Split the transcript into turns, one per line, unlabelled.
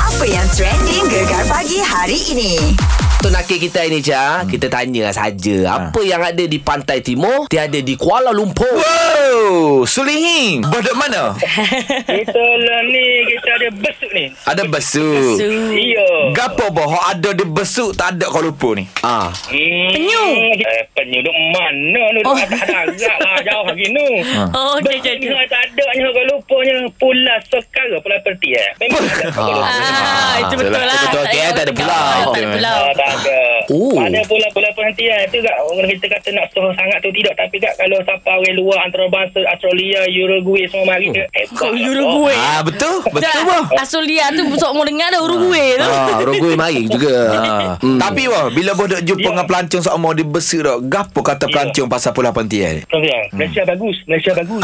Apa yang trending gegar pagi hari ini?
Untuk nakik kita ini Cha hmm. Kita tanya saja Apa yang ada di pantai timur Tiada di Kuala Lumpur
Wow Sulihi Bodoh mana
Kita lah ni Kita ada besuk ni
Ada besuk
Iya
Gapo bohong Ada di besuk Tak ada kau lupa ni
Ah,
Hmm,
Penyu.
eh, Penyu duk mana ni Duk
Oh.
atas darat lah Jauh hari ni
Oh, okey, okey, okey.
Besuknya tak adanya Kau lupanya Pulau sekarang Pulau Perti eh Memang tak ada Kuala Lumpur.
Ah, itu betul lah.
Betul, okey,
payah
tak ada
bercakap.
pulau.
Tak ada pulau.
Ah, tak ada.
Oh.
Ada pula-pula penghentian tu kak. eh. Orang kita kata nak soh sangat tu tidak. Tapi kak kalau siapa orang luar antarabangsa Australia, Uruguay semua mari ke. Eh,
Kau
kak,
Oh. Uruguay.
Ah betul Betul
Dah,
boh
Asulia tu Sok mau dengar dah Uruguay tu
ah Rogui mari juga ah.
Hmm. Tapi wah bila boh dok jumpa
Ya.
dengan pelancong seumur di besuk dok gapo kata
Ya.
pelancong pasal eh? Pulau Pantian?
Tuan-tuan, Malaysia bagus. Malaysia bagus.